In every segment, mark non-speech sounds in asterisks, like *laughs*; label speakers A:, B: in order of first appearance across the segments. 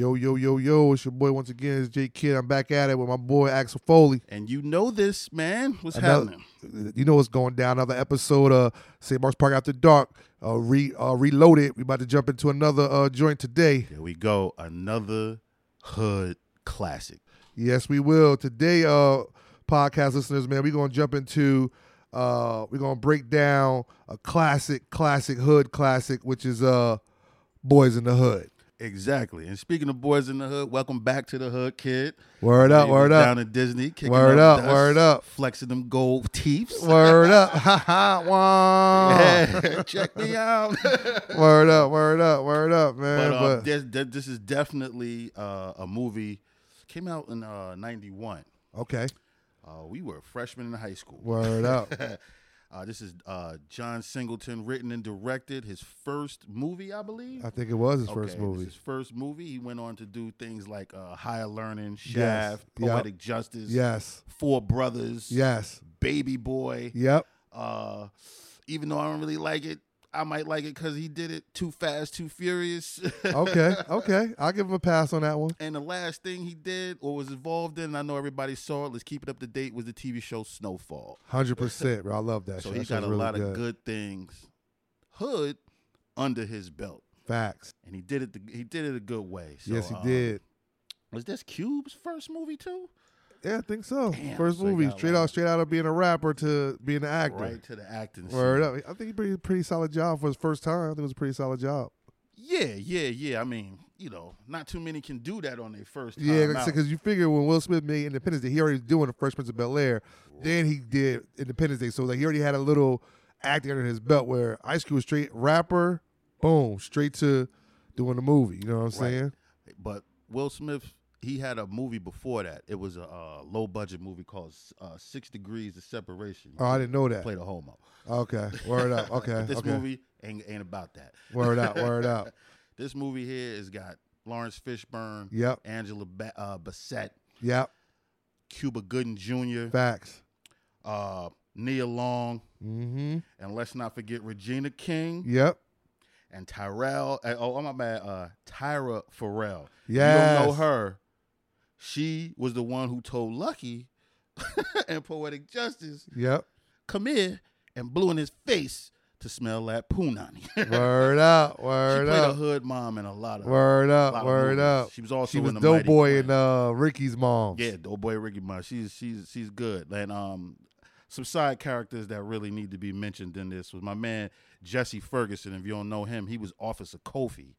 A: Yo, yo, yo, yo, it's your boy once again. It's J Kid. I'm back at it with my boy Axel Foley.
B: And you know this, man. What's
A: Another-
B: happening?
A: You know what's going down. Another episode of St. Mark's Park After Dark. Uh, re uh, reloaded. We about to jump into another uh, joint today.
B: Here we go. Another hood classic.
A: Yes, we will. Today, uh, podcast listeners, man, we're gonna jump into uh we're gonna break down a classic, classic hood classic, which is uh Boys in the Hood.
B: Exactly. And speaking of boys in the hood, welcome back to the hood, kid.
A: Word up,
B: They
A: word
B: was
A: up.
B: Down at Disney. Kicking
A: Word
B: up,
A: up,
B: dust,
A: word up.
B: Flexing them gold teeth.
A: Word up. *laughs* Ha ha wah. *laughs*
B: Yeah, *laughs* check me out.
A: Word up, word up, word up, man.
B: but
A: But,
B: um, this, th- this is definitely uh, a movie. Came out in uh, 91.
A: okay.
B: Uh, we were freshmen in high school.
A: Word
B: *laughs*
A: up.
B: Uh, this is uh, John Singleton, written and directed. His first movie, I believe.
A: I think it was his first
B: Okay,
A: movie.
B: This is his first movie. He went on to do things like uh, Higher Learning,
A: Yes,
B: Shaft,
A: yep.
B: Poetic Justice,
A: Yes.
B: Four Brothers,
A: Yes.
B: Baby Boy.
A: Yep.
B: Uh, even though I don't really like it, I might like it because he did it too fast, too furious. *laughs*
A: Okay. Okay. I'll give him a pass on that one.
B: and the last thing he did or was involved in, and I know everybody saw it. Let's keep it up to date. Was the TV show Snowfall?
A: Hundred percent, bro. I love that.
B: so
A: shit.
B: he
A: That
B: got
A: shit's
B: a
A: really
B: lot
A: good.
B: of good things, hood under his belt,
A: facts.
B: and he did it. The, he did it a good way. So,
A: yes, he
B: uh,
A: did.
B: Was this Cube's first movie too?
A: Yeah, I think so.
B: Damn,
A: First
B: so he
A: movie,
B: got
A: straight
B: one.
A: out, straight out of being a rapper to being an actor.
B: Right to the acting.
A: Word
B: scene.
A: up. I think he did a pretty solid job for his first time. I think it was a pretty solid job.
B: Yeah, yeah, yeah. I mean, you know, not too many can do that on their first. Time
A: Yeah,
B: out.
A: because you figure when Will Smith made Independence Day, he already was doing the Fresh Prince of Bel Air. Then he did Independence Day, so like he already had a little acting under his belt. Where Ice Cube was straight rapper, boom, straight to doing the movie. You know what I'm
B: Right.
A: saying?
B: But Will Smith, he had a movie before that. It was a uh, low budget movie called uh, Six Degrees of Separation.
A: Oh, I didn't know that.
B: Played a homo.
A: Okay, word up. Okay,
B: But *laughs* this
A: okay.
B: movie ain't ain't about that.
A: Word out, word out.
B: This movie here has got Lawrence Fishburne,
A: Yep,
B: Angela ba- uh, Bassett,
A: yep.
B: Cuba Gooden Jr.,
A: Facts.
B: uh, Nia Long,
A: Mm-hmm.
B: and let's not forget Regina King
A: Yep.
B: and Tyrell. uh, oh, my bad. Uh, Tyra Farrell.
A: Yes.
B: You don't know her. She was the one who told Lucky *laughs* and Poetic Justice,
A: Yep.
B: come here, and blew in his face to smell that punani. *laughs* she
A: Word out.
B: played
A: Word
B: a
A: up.
B: hood mom in a lot of,
A: Word
B: a
A: up.
B: lot of
A: Word
B: movies.
A: up.
B: She was also
A: She was
B: in the Mighty
A: Doughboy
B: Clan.
A: and uh, Ricky's mom.
B: Yeah, Doughboy Ricky Ma. She's she's she's good. And um some side characters that really need to be mentioned in this was my man Jesse Ferguson. If you don't know him, he was Officer Kofi.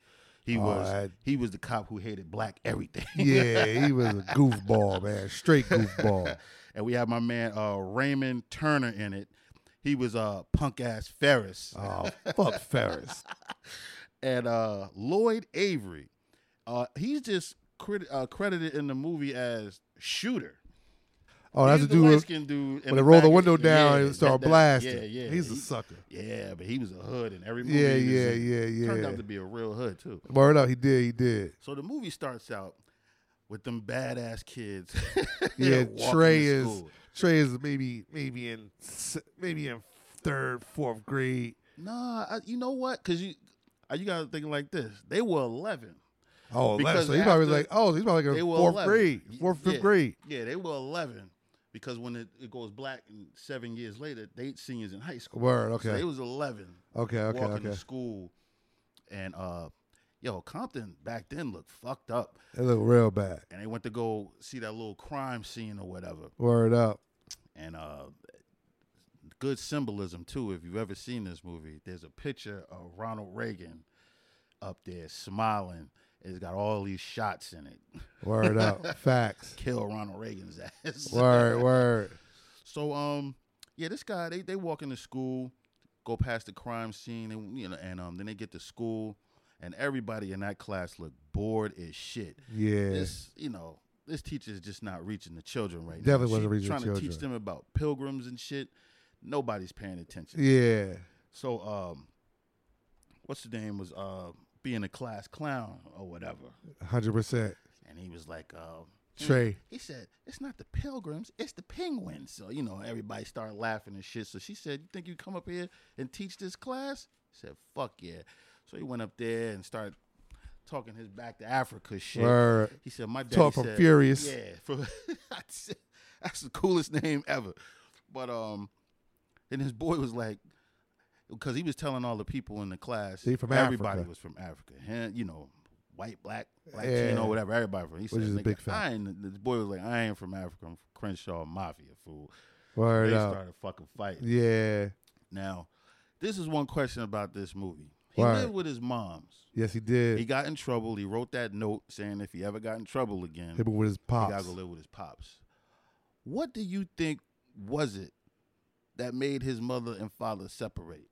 B: He
A: Oh,
B: was
A: I-
B: he was the cop who hated black everything.
A: Yeah, he was a goofball, man. Straight
B: *laughs*
A: goofball.
B: and we have my man uh Raymond Turner in it. He was uh punk ass Ferris.
A: Oh, fuck Ferris.
B: and uh Lloyd Avery. Uh he's just crit- uh, credited in the movie as shooter.
A: Oh, that's a
B: He's
A: dude.
B: the
A: When
B: light-skinned dude. in
A: they roll the
B: back.
A: window down
B: Yeah,
A: and start
B: that- that-
A: blasting.
B: Yeah, yeah.
A: He's a
B: He-
A: sucker.
B: Yeah, but he was a hood in every movie.
A: Yeah,
B: he was
A: yeah,
B: in.
A: yeah, yeah.
B: Turned out to be a real hood too.
A: Word up, he did, he did.
B: So the movie starts out with them badass kids. *laughs*
A: Yeah,
B: walking to
A: Trey is
B: school.
A: Trey is maybe maybe in s- maybe in third, fourth grade.
B: Nah, I, you know what? Because you, uh, you gotta think like this. They were eleven.
A: Oh,
B: Because
A: so he probably was
B: after-
A: like, oh, he's probably like
B: they
A: in
B: were
A: fourth
B: 11.
A: grade,
B: Y-
A: fourth, fifth
B: yeah.
A: grade.
B: Yeah, they were eleven because when it, it goes black and seven years later, they seniors in high school.
A: Word,
B: So
A: okay,
B: they was eleven.
A: okay, okay,
B: walking
A: okay.
B: to school, and uh, yo, Compton back then looked fucked up.
A: It looked real bad.
B: and they went to go see that little crime scene or whatever.
A: Word up.
B: And uh, good symbolism too. If you've ever seen this movie, there's a picture of Ronald Reagan up there smiling. It's got all these shots in it.
A: Word
B: *laughs*
A: up. Facts.
B: Kill Ronald Reagan's *laughs* ass.
A: Word, word.
B: So um, yeah, this guy they they walk into school, go past the crime scene, and you know, and um, then they get to school, and everybody in that class look bored as shit.
A: Yeah.
B: this you know this teacher is just not reaching the children right now.
A: Definitely wasn't
B: She's
A: reaching the
B: trying to teach
A: children.
B: them about pilgrims and shit. Nobody's paying attention.
A: yeah.
B: So um, what's his name was uh being a class clown or whatever,
A: Hundred percent.
B: and he was like, uh, "Mm."
A: Trey.
B: He said, "It's not the pilgrims, it's the penguins." So you know, everybody started laughing and shit. So she said, "You think you come up here and teach this class?" He said, "Fuck yeah!" So he went up there and started talking his back to Africa shit.
A: Word.
B: He said, "My daddy
A: Talk from
B: said-
A: Furious.
B: Yeah, from, *laughs* I said, that's the coolest name ever. But um, and his boy was like, because he was telling all the people in the class,
A: They from
B: everybody
A: Africa.
B: was from Africa. Him- you know, white, black,
A: Yeah.
B: Latino, whatever. Everybody from. He said,
A: is a
B: "Nigga,
A: big fact.
B: I ain't. This boy was like, I ain't from Africa. I'm from Crenshaw Mafia fool.
A: Word
B: they
A: up.
B: started fucking fighting.
A: Yeah.
B: Now, this is one question about this movie. He
A: Word.
B: lived with his moms.
A: Yes, he
B: He
A: did.
B: got in trouble. He wrote that note saying if he ever got in trouble again,
A: He moved with his
B: he gotta
A: pops.
B: go live with his pops. What do you think was it that made his mother and father separate?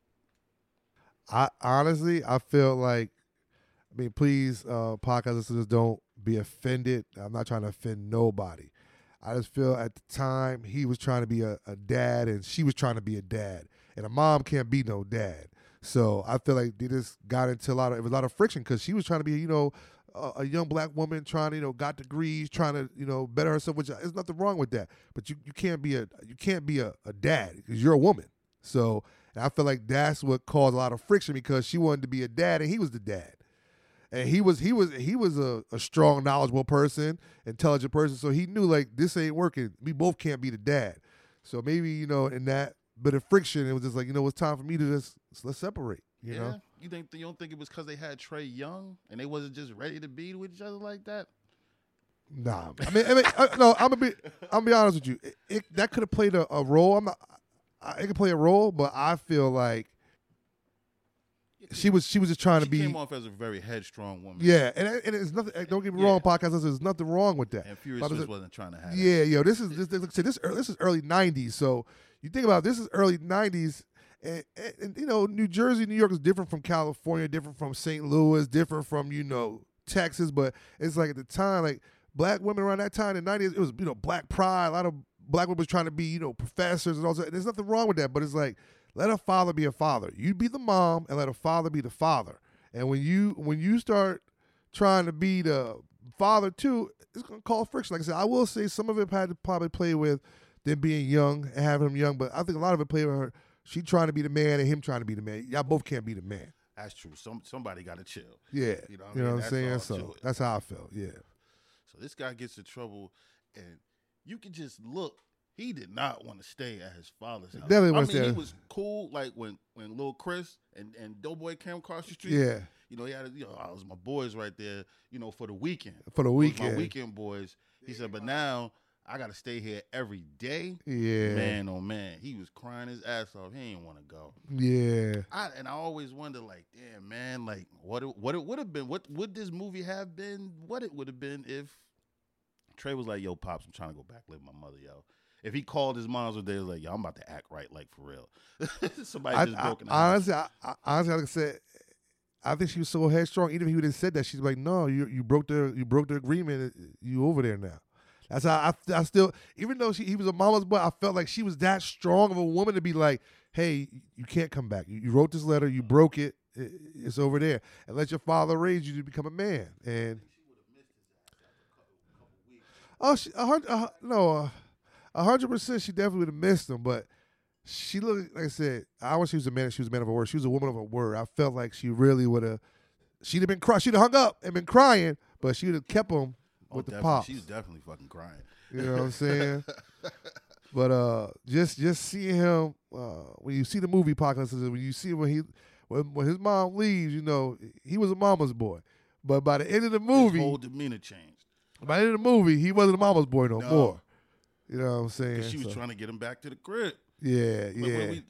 A: I honestly, I feel like, I mean, please, uh, podcast listeners, don't be offended. I'm not trying to offend nobody. I just feel at the time he was trying to be a, a dad and she was trying to be a dad, and a mom can't be no dad. So I feel like they just got into a lot of it was a lot of friction because she was trying to be you know a, a young black woman trying to you know got degrees trying to you know better herself which uh, there's nothing wrong with that but you, you can't be a you can't be a, a dad because you're a woman so and I feel like that's what caused a lot of friction because she wanted to be a dad and he was the dad. And he was he was he was a, a strong, knowledgeable person, intelligent person. So he knew like this ain't working. We both can't be the dad. So maybe, you know, in that bit of friction, it was just like, you know, it's time for me to just let's separate. You know?
B: you think you don't think it was because they had Trey Young and they wasn't just ready to be with each other like that?
A: Nah, I mean, I mean, uh, no, I'm gonna be, I'm gonna be honest with you. It, it, that could have played a, a role. I'm not, I, it could play a role, but I feel like she was, she was just trying
B: She
A: to be.
B: came off as a very headstrong woman.
A: Yeah, and and it's nothing. and Don't get me
B: Yeah.
A: wrong, podcast listeners, there's nothing wrong with that.
B: and Furious
A: But I'm
B: Fist
A: just-
B: wasn't trying to have.
A: yeah, yo, this is this this, see, this ear- this is early '90s. So you think about it, this is early '90s, and, and, and, you know New Jersey, New York is different from California, different from St. Louis, different from you know Texas. But it's like at the time, like black women around that time in the '90s, it was you know black pride. A lot of black women was trying to be you know professors and all that. There's nothing wrong with that, but it's like let a father be a father. You be the mom, and let a father be the father. And when you when you start trying to be the father too, it's gonna cause friction. Like I said, I will say some of it had to probably play with them being young and having him young, but I think a lot of it played with her. She trying to be the man and him trying to be the man. Y'all both can't be the man.
B: That's true. Some somebody got to chill.
A: Yeah,
B: You
A: you
B: know
A: know
B: what I
A: what,
B: mean?
A: I'm
B: That's
A: saying.
B: all
A: So
B: to it.
A: that's how I felt. Yeah,
B: So this guy gets in trouble, and you can just look. He did not want to stay at his father's house.
A: Definitely
B: I
A: wasn't
B: mean, he
A: there.
B: was cool. Like when when little Chris and and Doughboy came across the street.
A: yeah.
B: You know, he had, you know, I was my boys right there, you know, for the weekend.
A: For the
B: It was
A: weekend,
B: My weekend boys. He said, but now I got to stay here every day.
A: yeah,
B: Man, oh man, he was crying his ass off. He didn't want to go.
A: yeah.
B: I and I always wonder, like, damn, man, like, what it, what it would have been, what would this movie have been, what it would have been if Trey was like, yo, pops, I'm trying to go back live with my mother, yo. If he called his mom's one day, was like, yo, I'm about to act right, like for real. *laughs* Somebody
A: I,
B: just
A: I,
B: broke in the house.
A: honestly, I, I, honestly, like I said, I think she was so headstrong. Even if he would have said that, she's like, "No, you you broke the you broke the agreement. uh, You over there now." That's how I, I still, even though she he was a mama's boy, I felt like she was that strong of a woman to be like, "Hey, you can't come back. You, you wrote this letter. You broke it. I- It's over there. And let your father raise you to become a man." And oh, she, a hundred, a, hun- no, uh, a hundred percent, she definitely would have missed him, but she looked like I said, I wish she was a man she was a man of her word. She was a woman of her word. I felt like she really would have she'd have been cry she'd have hung up and been crying, but she would have kept him
B: Oh,
A: with the
B: definitely.
A: pops.
B: She's definitely fucking crying.
A: You know what I'm
B: *laughs*
A: saying? but uh just just seeing him uh when you see the movie podcast when you see when he when, when his mom leaves, you know, he was a mama's boy. But by the end of the movie,
B: His whole demeanor changed.
A: by the end of the movie, he wasn't a mama's boy no,
B: No.
A: more. You know what I'm saying?
B: 'Cause she was
A: So-
B: trying to get him back to the crib.
A: yeah,
B: Like,
A: yeah.
B: when we-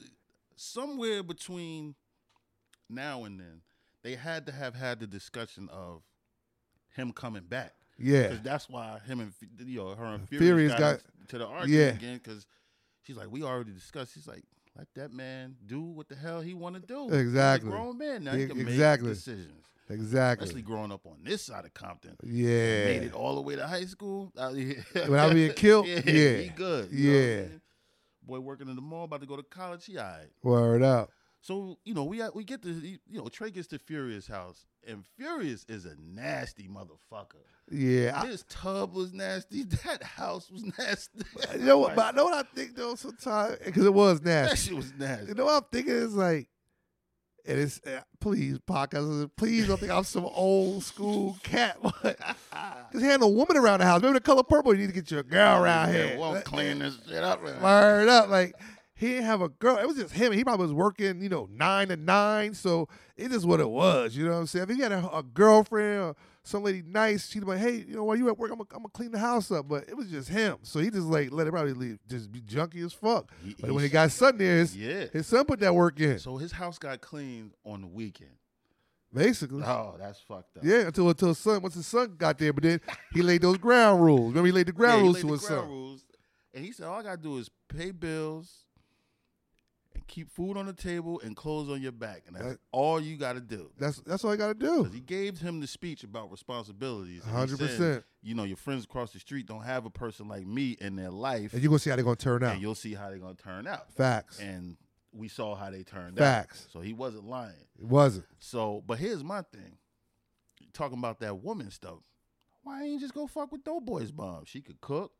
B: somewhere between now and then, they had to have had the discussion of him coming back.
A: yeah.
B: Because that's why him and Fu- you know her and Furious,
A: Furious
B: got,
A: got-
B: in- to the argument
A: yeah.
B: again. Because she's like, we already discussed. She's like, let that man do what the hell he want to do. He's a
A: Exactly.
B: grown man now.
A: E-
B: He can
A: exactly.
B: make decisions.
A: Exactly.
B: Especially growing up on this side of Compton.
A: Yeah.
B: Made it all the way to high school. *laughs*
A: Without being killed?
B: yeah,
A: Yeah.
B: he good. you know what
A: Yeah.
B: I'm saying? Boy working in the mall, about to go to college. He all right.
A: Word up.
B: So you know we got- we get to you know Trey gets to Furious house and Furious is a nasty motherfucker. *laughs*
A: Yeah. I-
B: His tub was nasty. *laughs* That house was nasty.
A: you know
B: *laughs*
A: what? But I know what I think though. Sometimes because it was
B: that
A: nasty.
B: shit was nasty.
A: You know what I'm thinking is like, and it's uh, please podcast. Please don't think I'm some old school cat. *laughs*
B: Ah.
A: Because he had no woman around the house. Remember the color purple? You need to get your girl around
B: Yeah,
A: here.
B: We'll
A: Like,
B: clean this shit up. man.
A: Word up. Like he didn't have a girl. It was just him. He probably was working, you know, nine to nine. So it is what it was. You know what I'm saying? If he had a, a girlfriend or some lady nice, she'd be like, hey, you know, while you at work, I'm gonna clean the house up. But it was just him. So he just like let it probably leave, just be junky as fuck.
B: He-
A: But when he got son there, his,
B: yeah.
A: his son put that work in,
B: So his house got cleaned on the weekend.
A: basically.
B: Oh, that's fucked up.
A: Yeah, until until his son once his son got there, but then he laid those ground rules. Remember he laid the ground
B: Yeah,
A: rules
B: he
A: to
B: laid
A: his
B: the
A: son.
B: ground rules, and he said, "All I gotta do is pay bills, and keep food on the table, and clothes on your back, and that's
A: That-
B: all you gotta do."
A: That's that's all I gotta do.
B: 'Cause he gave him the speech about responsibilities. and he
A: hundred
B: said,
A: percent.
B: You know, your friends across the street don't have a person like me in their life,
A: And you're gonna see how they're gonna turn out.
B: and you'll see how they're gonna turn out.
A: Facts.
B: And we saw how they turned
A: Facts.
B: out. So he wasn't lying.
A: It wasn't.
B: So, but here's my thing. Talking about that woman stuff. Why ain't you just go fuck with Doughboy's mom? She could cook.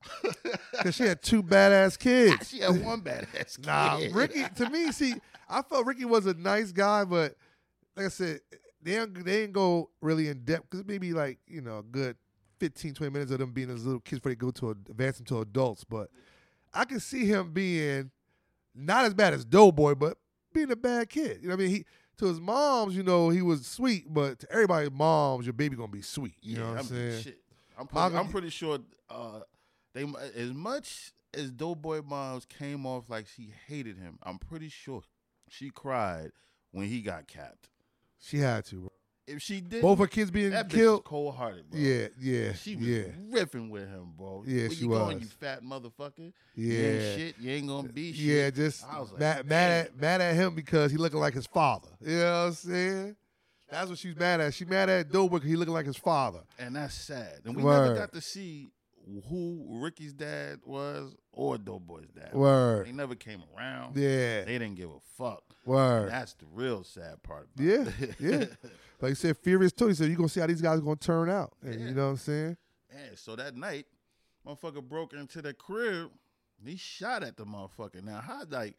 B: *laughs*
A: Cause she had two badass kids.
B: *laughs* she had one badass
A: *laughs*
B: kid.
A: Nah,
B: *laughs*
A: Ricky. To me, see, I felt Ricky was a nice guy, but like I said, they didn't, they didn't go really in depth because maybe like you know a good 15, 20 minutes of them being as little kids before they go to advance into adults. But I can see him being not as bad as Doughboy, but being a bad kid. You know what I mean? He to his moms, you know, he was sweet, but to everybody's moms, your baby gonna be sweet. You
B: Yeah,
A: know what I'm
B: mean,
A: saying?
B: Shit. I'm,
A: Mom-
B: pretty, I'm pretty sure uh, they as much as Doughboy Moms came off like she hated him. I'm pretty sure she cried when he got capped.
A: She had to. Bro.
B: If she did,
A: Both her kids being
B: that bitch
A: killed.
B: cold hearted, bro.
A: Yeah, yeah,
B: She was
A: yeah,
B: riffing with him, bro.
A: Yeah,
B: Where
A: she
B: you Going,
A: was.
B: you fat motherfucker. You
A: yeah.
B: ain't shit. You ain't gonna be shit.
A: Yeah, just
B: I was like,
A: mad,
B: "Damn."
A: mad at mad at him because he looking like his father. You know what I'm saying? That's what she's mad at. She mad at Dober because he looking like his father.
B: and that's sad. And we never
A: Word.
B: got to see who Ricky's dad was or Doughboy's dad. was. They
A: Word.
B: never came around.
A: Yeah.
B: They didn't give a fuck.
A: Word.
B: That's the real sad part. About
A: Yeah.
B: *laughs* it.
A: Yeah. Like you said, Furious Tony said, you gonna see how these guys gonna turn out. And
B: Yeah.
A: you know what I'm saying?
B: And so that night, motherfucker broke into the crib. And he shot at the motherfucker. Now, how like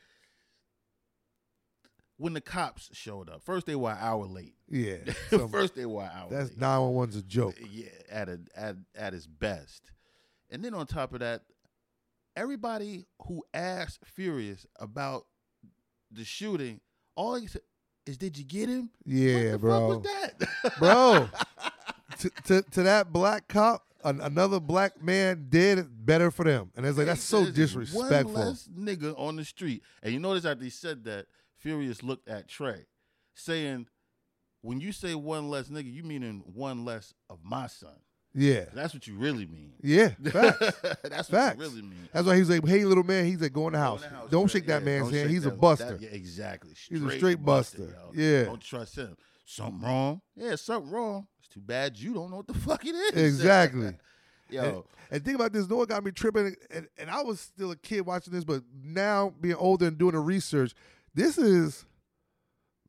B: when the cops showed up? First, they were an hour late. *laughs*
A: Yeah. So
B: First, they were an hour.
A: that's
B: late.
A: 911's a joke.
B: yeah, at a, at at his best. And then on top of that, everybody who asked Furious about the shooting, all he said is, "Did you get him?"
A: Yeah,
B: what the
A: bro.
B: Fuck was
A: *laughs*
B: that? *laughs*
A: bro. To, to to that black cop, an, another black man did it better for them, and it's like that's so
B: There's just
A: disrespectful.
B: One less nigga on the street, and you notice after he said that, Furious looked at Trey, saying, "When you say one less nigga, you meaning one less of my son.
A: yeah,
B: That's what you really mean.
A: yeah. Facts.
B: *laughs* That's what
A: Facts.
B: you really mean."
A: That's why he was like, "Hey, little man," he's like, "Go in the
B: Go
A: house.
B: in the house,
A: don't
B: man.
A: shake that
B: Yeah,
A: man's
B: don't
A: hand.
B: shake
A: He's a
B: that- that-
A: buster."
B: yeah, exactly.
A: He's a straight buster.
B: yo.
A: Yeah.
B: Don't trust him. Something wrong. Yeah, something wrong. It's too bad you don't know what the *laughs* fuck it is.
A: Exactly.
B: *laughs*
A: Eh,
B: yo.
A: and think about this. No one got me tripping, and, and I was still a kid watching this, but now being older and doing the research, this is,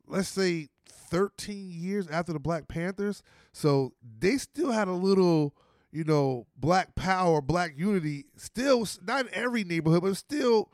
A: let's say, thirteen years after the Black Panthers. So they still had a little, you know, black power, black unity. Still, not in every neighborhood, but still.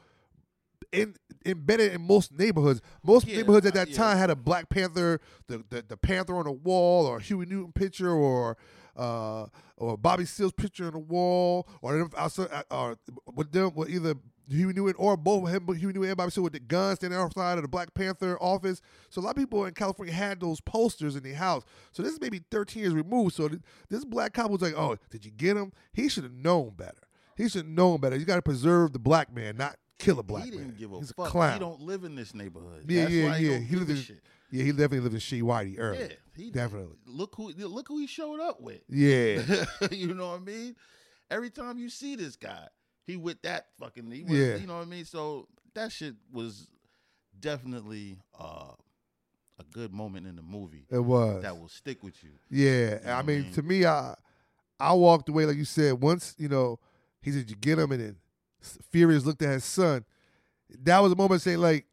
A: In, embedded in most neighborhoods, most
B: Yeah,
A: neighborhoods at
B: uh,
A: that
B: yeah.
A: time had a Black Panther, the, the the Panther on the wall, or a Huey Newton picture, or uh, or Bobby Seale's picture on the wall, or them outside, uh, or with them with either Huey Newton or both him, but Huey Newton and Bobby Seale with the guns standing outside of the Black Panther office. So a lot of people in California had those posters in their house. So this is maybe 13 years removed. So th- this black cop was like, "Oh, did you get him? He should have known better. He should have known better. You got to preserve the black man, not kill a black
B: he didn't
A: man.
B: give a
A: He's
B: fuck.
A: a clown.
B: He don't live in this neighborhood.
A: yeah,
B: That's
A: yeah,
B: why
A: yeah.
B: He, don't give
A: lived
B: a
A: in,
B: shit.
A: yeah, he definitely lived in She Whitey early.
B: Yeah, he
A: Definitely.
B: Look who look who he showed up with.
A: Yeah.
B: *laughs* you know what I mean? Every time you see this guy, he with that fucking he was,
A: Yeah.
B: you know what I mean? So that shit was definitely uh, a good moment in the movie
A: It was.
B: that will stick with you.
A: Yeah,
B: know
A: I
B: what I
A: mean,
B: mean?
A: to me, I I walked away like you said. Once you know, he said you get him, and then Furious looked at his son. That was a moment saying like,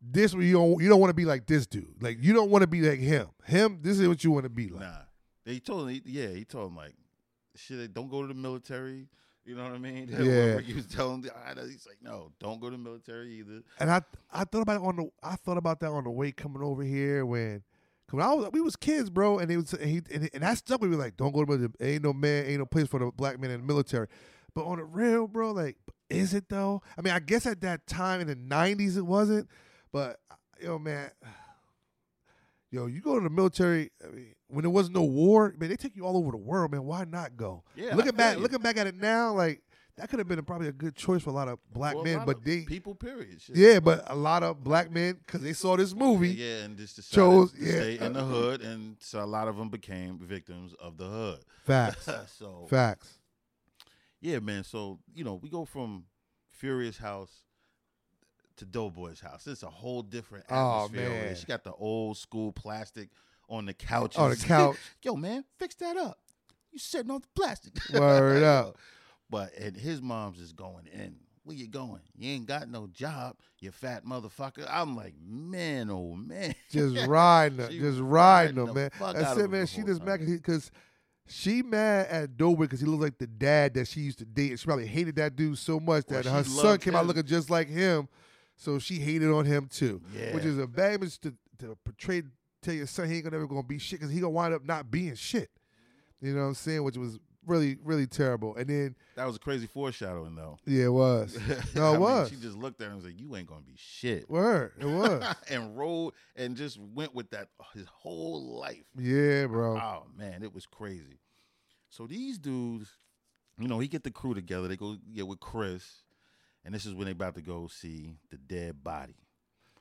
A: this you don't you don't want to be like this dude. Like you don't want to be like him. Him, this is what you want to be like.
B: Nah, they told him. Yeah, he told him like, shit, don't go to the military. You know what I mean? *laughs*
A: Yeah.
B: Whatever He was telling. The, I know- he's like, no, don't go to the military either.
A: And I I thought about it on the I thought about that on the way coming over here when cause when I was we was kids, bro, and it was and he and, and that stuff we were like, don't go to the ain't no man, ain't no place for the black man in the military. But on the real, bro, like is it though? I mean, I guess at that time in the nineties it wasn't, but yo man, *sighs* yo, you go to the military I mean, when there was no war, man, they take you all over the world, man. Why not go?
B: Yeah,
A: looking
B: I
A: back,
B: feel you.
A: looking back at it now, like that could have been probably a good choice for a lot of black
B: Well, a
A: men,
B: lot
A: but
B: of
A: they
B: people, period. Shit.
A: yeah, but a lot of black men, because they saw this movie,
B: Yeah, and just decided
A: Chose-
B: to
A: yeah. uh,
B: stay in the hood, and so a lot of them became victims of the hood.
A: *laughs*
B: *laughs*
A: facts,
B: so
A: facts,
B: yeah, man. So you know, we go from Furious House to Doughboy's house. It's a whole different
A: Oh,
B: atmosphere. over there.
A: man.
B: She got the old school plastic on the couch. *laughs*
A: On Oh, the couch.
B: Yo, man, fix that up. You sitting on the plastic. *laughs*
A: Word up.
B: But and his mom's is going in. Where you going? You ain't got no job, you fat motherfucker. I'm like, man, oh man. *laughs*
A: just riding them,
B: She
A: just
B: was
A: riding
B: riding
A: them,
B: the
A: man.
B: fuck
A: That's
B: out of
A: it,
B: him
A: man.
B: the
A: She
B: whole
A: just mad
B: time.
A: because she mad at Dober because he looks like the dad that she used to date, and she probably hated that dude so much
B: Well,
A: that
B: she
A: her son
B: loved
A: came out
B: him.
A: looking just like him, so she hated on him too,
B: Yeah.
A: which is a bad image to, to portray. Tell your son he ain't gonna ever gonna be shit because he gonna wind up not being shit. You know what I'm saying? Which was really, really terrible. And then
B: that was a crazy foreshadowing though.
A: yeah, it
B: *laughs*
A: was. No, it
B: I mean,
A: was.
B: she just looked at him and was like, You ain't gonna be shit.
A: Word, it
B: *laughs*
A: was.
B: and rolled and just went with that uh, his whole life.
A: Yeah, bro.
B: Oh man, it was crazy. So these dudes, you know, he get the crew together. They go get with Chris, and this is when they about to go see the dead body.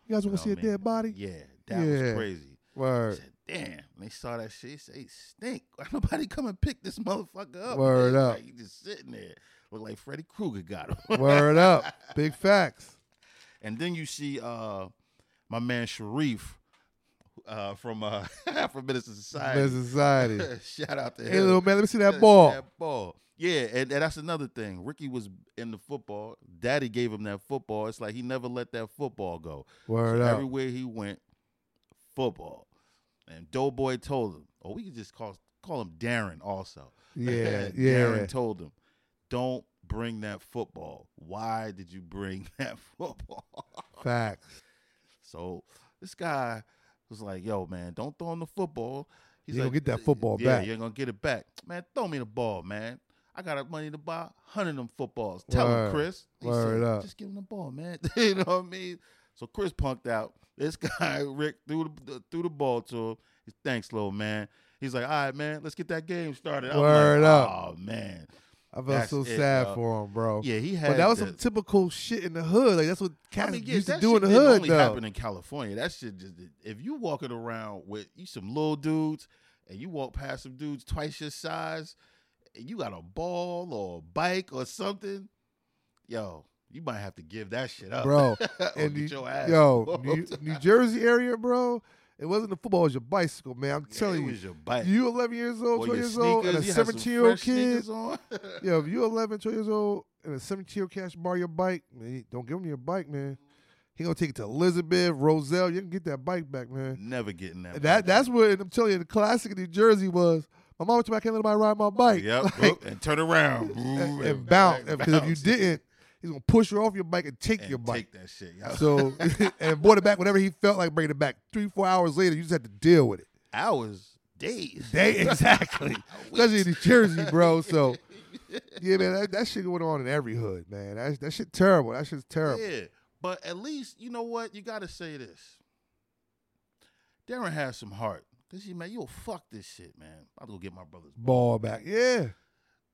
A: You guys want
B: You know
A: to see a
B: what I mean?
A: dead body?
B: Yeah, that
A: Yeah.
B: was crazy. I
A: Word.
B: said, damn. And they saw that shit. They Say, "It stink. *laughs* Why nobody come and pick this motherfucker up?
A: Word
B: man?
A: up.
B: *laughs* Like, he just sitting there. Look like Freddy Krueger got him. *laughs*
A: Word up. Big facts.
B: And then you see uh my man Sharif uh from uh *laughs* from Minister
A: Man,
B: Society. *laughs*
A: society.
B: Shout out to
A: Hey,
B: him. *laughs*
A: little man, let me see that
B: Yeah,
A: ball.
B: That ball. Yeah, and, and that's another thing. Ricky was in the football. Daddy gave him that football. It's like he never let that football go.
A: Word
B: So *laughs*
A: up.
B: everywhere he went, football. And Doughboy told him, or we could just call call him Darren also. *laughs*
A: Yeah, yeah.
B: Darren told him, don't bring that football. Why did you bring *laughs* that football?
A: Facts.
B: So this guy was like, "Yo, man, don't throw him the football." He's
A: You gonna
B: like, uh,
A: get that football
B: yeah,
A: back."
B: you ain't gonna get it back, man. Throw me the ball, man. I got money to buy hundred of them footballs. Tell
A: Word.
B: him, Chris. He
A: Word
B: said,
A: up.
B: Just give him the ball, man. *laughs* you know what I mean? So Chris punked out. This *laughs* guy Rick threw the threw the ball to him. He's thanks, little man. He's like, all right, man, let's get that game started. I'm like,
A: Word up.
B: Oh man,
A: I felt
B: That's
A: so
B: it,
A: sad
B: yo.
A: for him, bro.
B: yeah, he had.
A: But that was
B: the-
A: some typical shit in the hood. Like that's what cats
B: I mean, yeah,
A: used to
B: that
A: do in
B: shit
A: the
B: didn't
A: hood,
B: only
A: though.
B: happen in California. That shit just if you walking around with you some little dudes and you walk past some dudes twice your size, and you got a ball or a bike or something, yo, you might have to give that shit up,
A: Bro,
B: *laughs* Or
A: And
B: get
A: New-
B: your ass *laughs*
A: yo,
B: whooped.
A: New, New Jersey area, bro. It wasn't the football; it was your bicycle, man. I'm
B: Yeah,
A: telling
B: it
A: you,
B: was your bike.
A: you 11 years old,
B: Or
A: 12
B: your
A: years old, and a
B: sneakers, you had some
A: 17 year old
B: fresh
A: kid.
B: sneakers on. *laughs*
A: Yo, if you 11, 12 years old and a 17 year old cash borrow your bike, man, you- don't give him your bike, man. He gonna take it to Elizabeth, Roselle. You can get that bike back, man.
B: Never getting that.
A: That
B: bike.
A: that's what I'm telling you. The classic in New Jersey was my mom told me I can't let nobody ride my bike. *laughs*
B: Yep,
A: Like,
B: whoop, and turn around
A: and,
B: woo,
A: and
B: *laughs*
A: bounce because if you
B: bounce.
A: didn't, he's gonna push you off your bike and take
B: And
A: your bike.
B: take that shit. yo.
A: so *laughs* and brought it back whenever he felt like bringing it back. Three four hours later, you just had to deal with it.
B: hours, days, *laughs*
A: They exactly, especially in New Jersey, bro. So yeah, man, that, that shit going on in every hood, man. That that shit terrible. That shit's terrible.
B: Yeah, but at least you know what you got to say this. Darren has some heart. Cause he man, you'll fuck this shit, man. I'll go get my brother's.
A: Ball back. Yeah,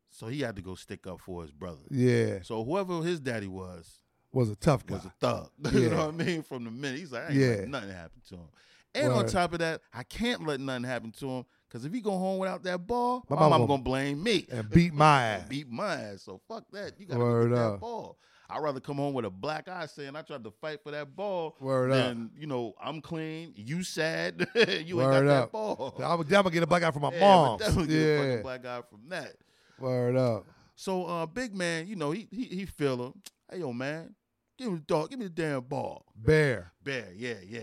B: So he had to go stick up for his brother.
A: yeah.
B: So whoever his daddy was
A: Was a tough guy.
B: was a thug. *laughs*
A: Yeah.
B: you know what I mean? From the minute he's like, I ain't let
A: Yeah.
B: nothing happen to him. And on
A: Word.
B: top of that, I can't let nothing happen to him. Cause if he go home without that ball,
A: My
B: my,
A: mama
B: mama
A: gonna-
B: gonna blame me.
A: and beat
B: *laughs*
A: my ass.
B: beat my ass. So fuck that. You gotta
A: Word
B: go get
A: up.
B: that ball. I'd rather come home with a black eye saying I tried to fight for that ball.
A: Word up.
B: than, you know, I'm clean, you sad, *laughs* you ain't
A: Word
B: got
A: up. *laughs*
B: that ball.
A: I'm, I'm gonna get a black guy from my
B: *laughs* Yeah, but
A: mom.
B: definitely get a
A: Yeah,
B: fucking black eye from that.
A: word up.
B: So uh big man, you know, he he he feel him. Hey yo man, Give me the dog. Give me the damn ball.
A: Bear.
B: Bear. Yeah, yeah.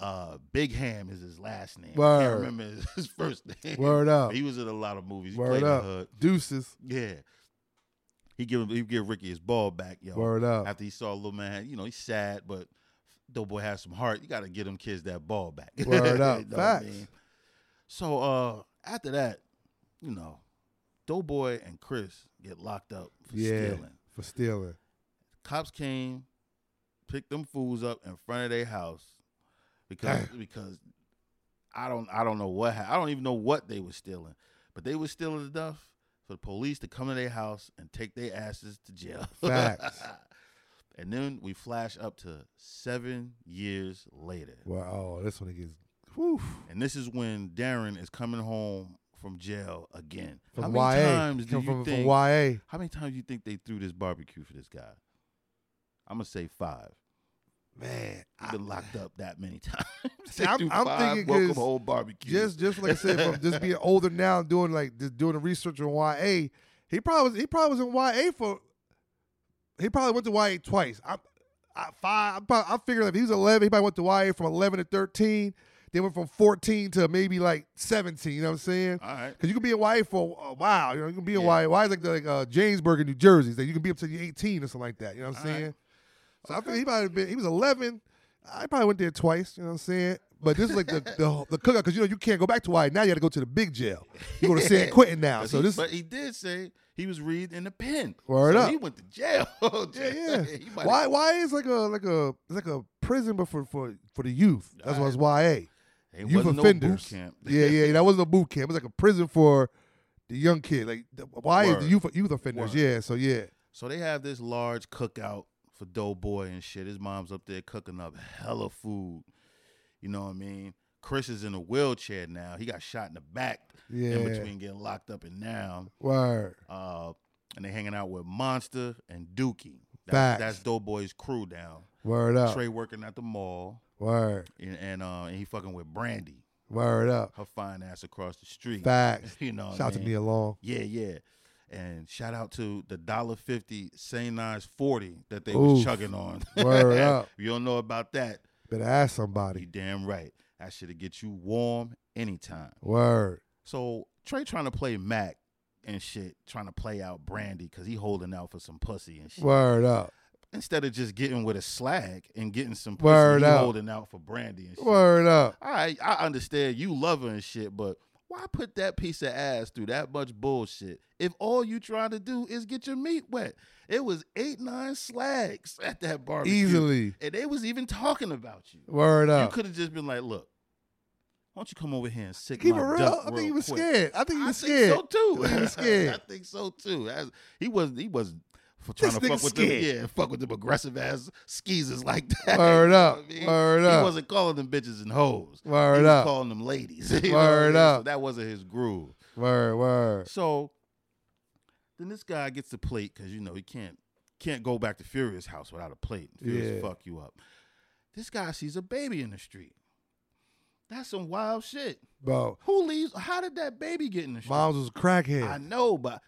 B: Uh, Big Ham is his last name. I
A: Word.
B: can't remember his, his first *laughs* name.
A: Word up.
B: He was in a lot of movies. He
A: Word
B: played
A: up.
B: in the hood.
A: Deuces.
B: Yeah. He give him, he give Ricky his ball back, yo.
A: Word up.
B: After he saw little man, you know, he's sad, but Doughboy has some heart. You got to get them kids that ball back. *laughs*
A: Word up.
B: You know what I
A: Facts.
B: mean? So uh, after that, you know, Doughboy and Chris get locked up for
A: Yeah.
B: stealing.
A: For stealing.
B: Cops came, picked them fools up in front of their house because because I don't I don't know what hap- I don't even know what they were stealing, but they were stealing enough for the police to come to their house and take their asses to jail.
A: Facts.
B: *laughs* and then we flash up to seven years later,
A: Well, oh, this one it gets. Whew.
B: and this is when Darren is coming home from jail again.
A: From
B: how many
A: YA.
B: times do
A: Come
B: you
A: from,
B: think?
A: from YA.
B: How many times do you think they threw this barbecue for this guy? I'm gonna say five.
A: Man.
B: I've
A: I-
B: been locked up that
A: *laughs*
B: many *laughs* times.
A: See, I'm-
B: Through
A: I'm
B: five
A: thinking 'cause
B: welcome home barbecue.
A: Just, just like I said, from just being older now, and doing like just doing the research on YA, he probably was, he probably was in YA for. He probably went to YA twice. I, I five. I'm, probably, I'm figuring if he was 11, he probably went to YA from 11 to 13, then went from 14 to maybe like 17. You know what I'm saying?
B: all right.
A: Because you can be in YA for a while. You know, you can be in
B: Yeah.
A: YA. YA is like, the- like uh, Jamesburg in New Jersey. So you can be up to you 18 or something like that. You know what I'm
B: All right.
A: saying? So I think he might have been, he was 11. I probably went there twice. You know what I'm saying? But this is like
B: *laughs*
A: the, the, the cookout because, you know, you can't go back to YA. Now you got to go to the big jail. You go to
B: *laughs*
A: San Quentin now.
B: But
A: So
B: he-
A: this
B: but he did say he was reading in the pen.
A: Word
B: so
A: up.
B: He went to jail. *laughs*
A: Yeah, yeah.
B: He might-
A: why why is like a like a it's like a prison but for for, for the youth. That's why it's YA.
B: It
A: youth
B: wasn't no boot
A: offenders.
B: camp.
A: *laughs* Yeah, yeah, that wasn't a boot camp. It was like a prison for the young kid. Like the- why is
B: Word.
A: the youth youth offenders?
B: Word.
A: Yeah, so yeah.
B: So they have this large cookout for Doughboy and shit. His mom's up there cooking up hella food. You know what I mean? Chris is in a wheelchair now. He got shot in the back
A: Yeah.
B: in between getting locked up and now.
A: Word.
B: uh, and they hanging out with Monster and Dookie.
A: Facts.
B: That's, that's Doughboy's crew down.
A: Word up.
B: Trey working at the mall,
A: Word.
B: and and, uh, and he fucking with Brandy,
A: Word
B: *laughs*
A: up.
B: her fine ass across the street.
A: Facts.
B: *laughs* You know, what
A: Shout out to
B: I
A: me
B: mean? *laughs*
A: along.
B: Yeah, yeah. And shout out to the dollar fifty Saint Nine's forty that they
A: Oof.
B: was
A: *laughs*
B: chugging on.
A: Word up.
B: If you don't know about that,
A: Better ask
B: you
A: somebody.
B: damn right. That shit'll get you warm anytime.
A: Word.
B: So Trey trying to play Mac and shit, trying to play out Brandy because he holding out for some pussy and shit.
A: Word up.
B: instead of just getting with a slag and getting some pussy,
A: Word
B: you
A: up.
B: holding out for brandy and shit.
A: Word up.
B: All right, I understand you love her and shit, but why put that piece of ass through that much bullshit if all you trying to do is get your meat wet? It was eight nine slags *laughs* at that barbecue,
A: Easily.
B: and they was even talking about you.
A: Word
B: You
A: up.
B: could have just been like, "Look, why don't you come over here and sick
A: Keep it
B: my
A: real.
B: duck
A: I think
B: real
A: he was
B: quick."
A: scared. I think he
B: I
A: was
B: think
A: scared.
B: so too.
A: I think he was scared.
B: *laughs* I think so too. That's- he was he was for trying
A: This
B: to fuck
A: nigga
B: with
A: scared.
B: them. Yeah, fuck with them aggressive ass skeezers like *laughs* that.
A: Word
B: You know
A: up.
B: what I mean?
A: Word
B: he
A: up.
B: wasn't calling them bitches and hoes. he
A: Word
B: was
A: up.
B: calling them ladies. *laughs* You know what I
A: Word
B: mean?
A: up.
B: So that wasn't his groove.
A: Word, word.
B: So then this guy gets the plate because you know he can't can't go back to Furious house without a plate. Furious
A: Yeah.
B: fuck you up. This guy sees a baby in the street. That's some wild shit.
A: Bro,
B: Who leaves? How did that baby get in the street?
A: moms was a crackhead.
B: I know, but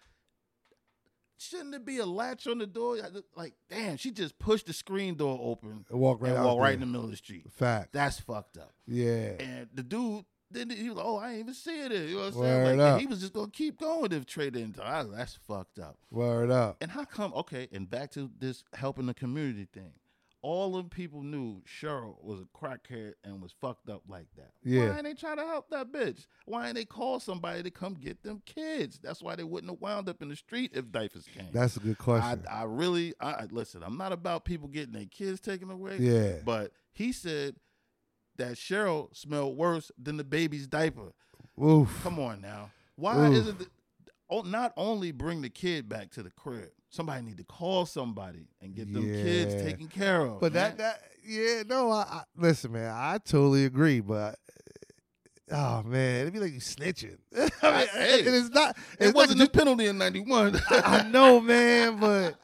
B: shouldn't it be a latch on the door? Like, damn, she just pushed the screen door open
A: And walk right
B: and
A: out.
B: walked right in the
A: there.
B: middle of the street.
A: Fact.
B: That's fucked up.
A: yeah.
B: And the dude, then he was like, oh, I ain't even see it. You know what I'm
A: Word
B: saying? Like,
A: up.
B: and he was just going to keep going if Trey didn't tell. I was like, That's fucked up.
A: Word up.
B: And how come, okay, and back to this helping the community thing. All them people knew Cheryl was a crackhead and was fucked up like that.
A: Yeah.
B: Why ain't they trying to help that bitch? Why ain't they call somebody to come get them kids? That's why they wouldn't have wound up in the street if Dyfus came.
A: That's a good
B: I,
A: question.
B: I really, I I- listen. I'm not about people getting their kids taken away.
A: yeah.
B: But he said that Cheryl smelled worse than the baby's diaper.
A: Oof.
B: Come on now. Why
A: Oof.
B: isn't the, oh, not only bring the kid back to the crib? Somebody need to call somebody and get them
A: Yeah.
B: kids taken care of.
A: But that
B: man.
A: that yeah no I, I listen man I totally agree but oh man it'd be like you snitching *laughs* I mean,
B: I- hey,
A: and it's not
B: it
A: it's
B: wasn't
A: not, *laughs*
B: a penalty in '91. *laughs*
A: I, I know man but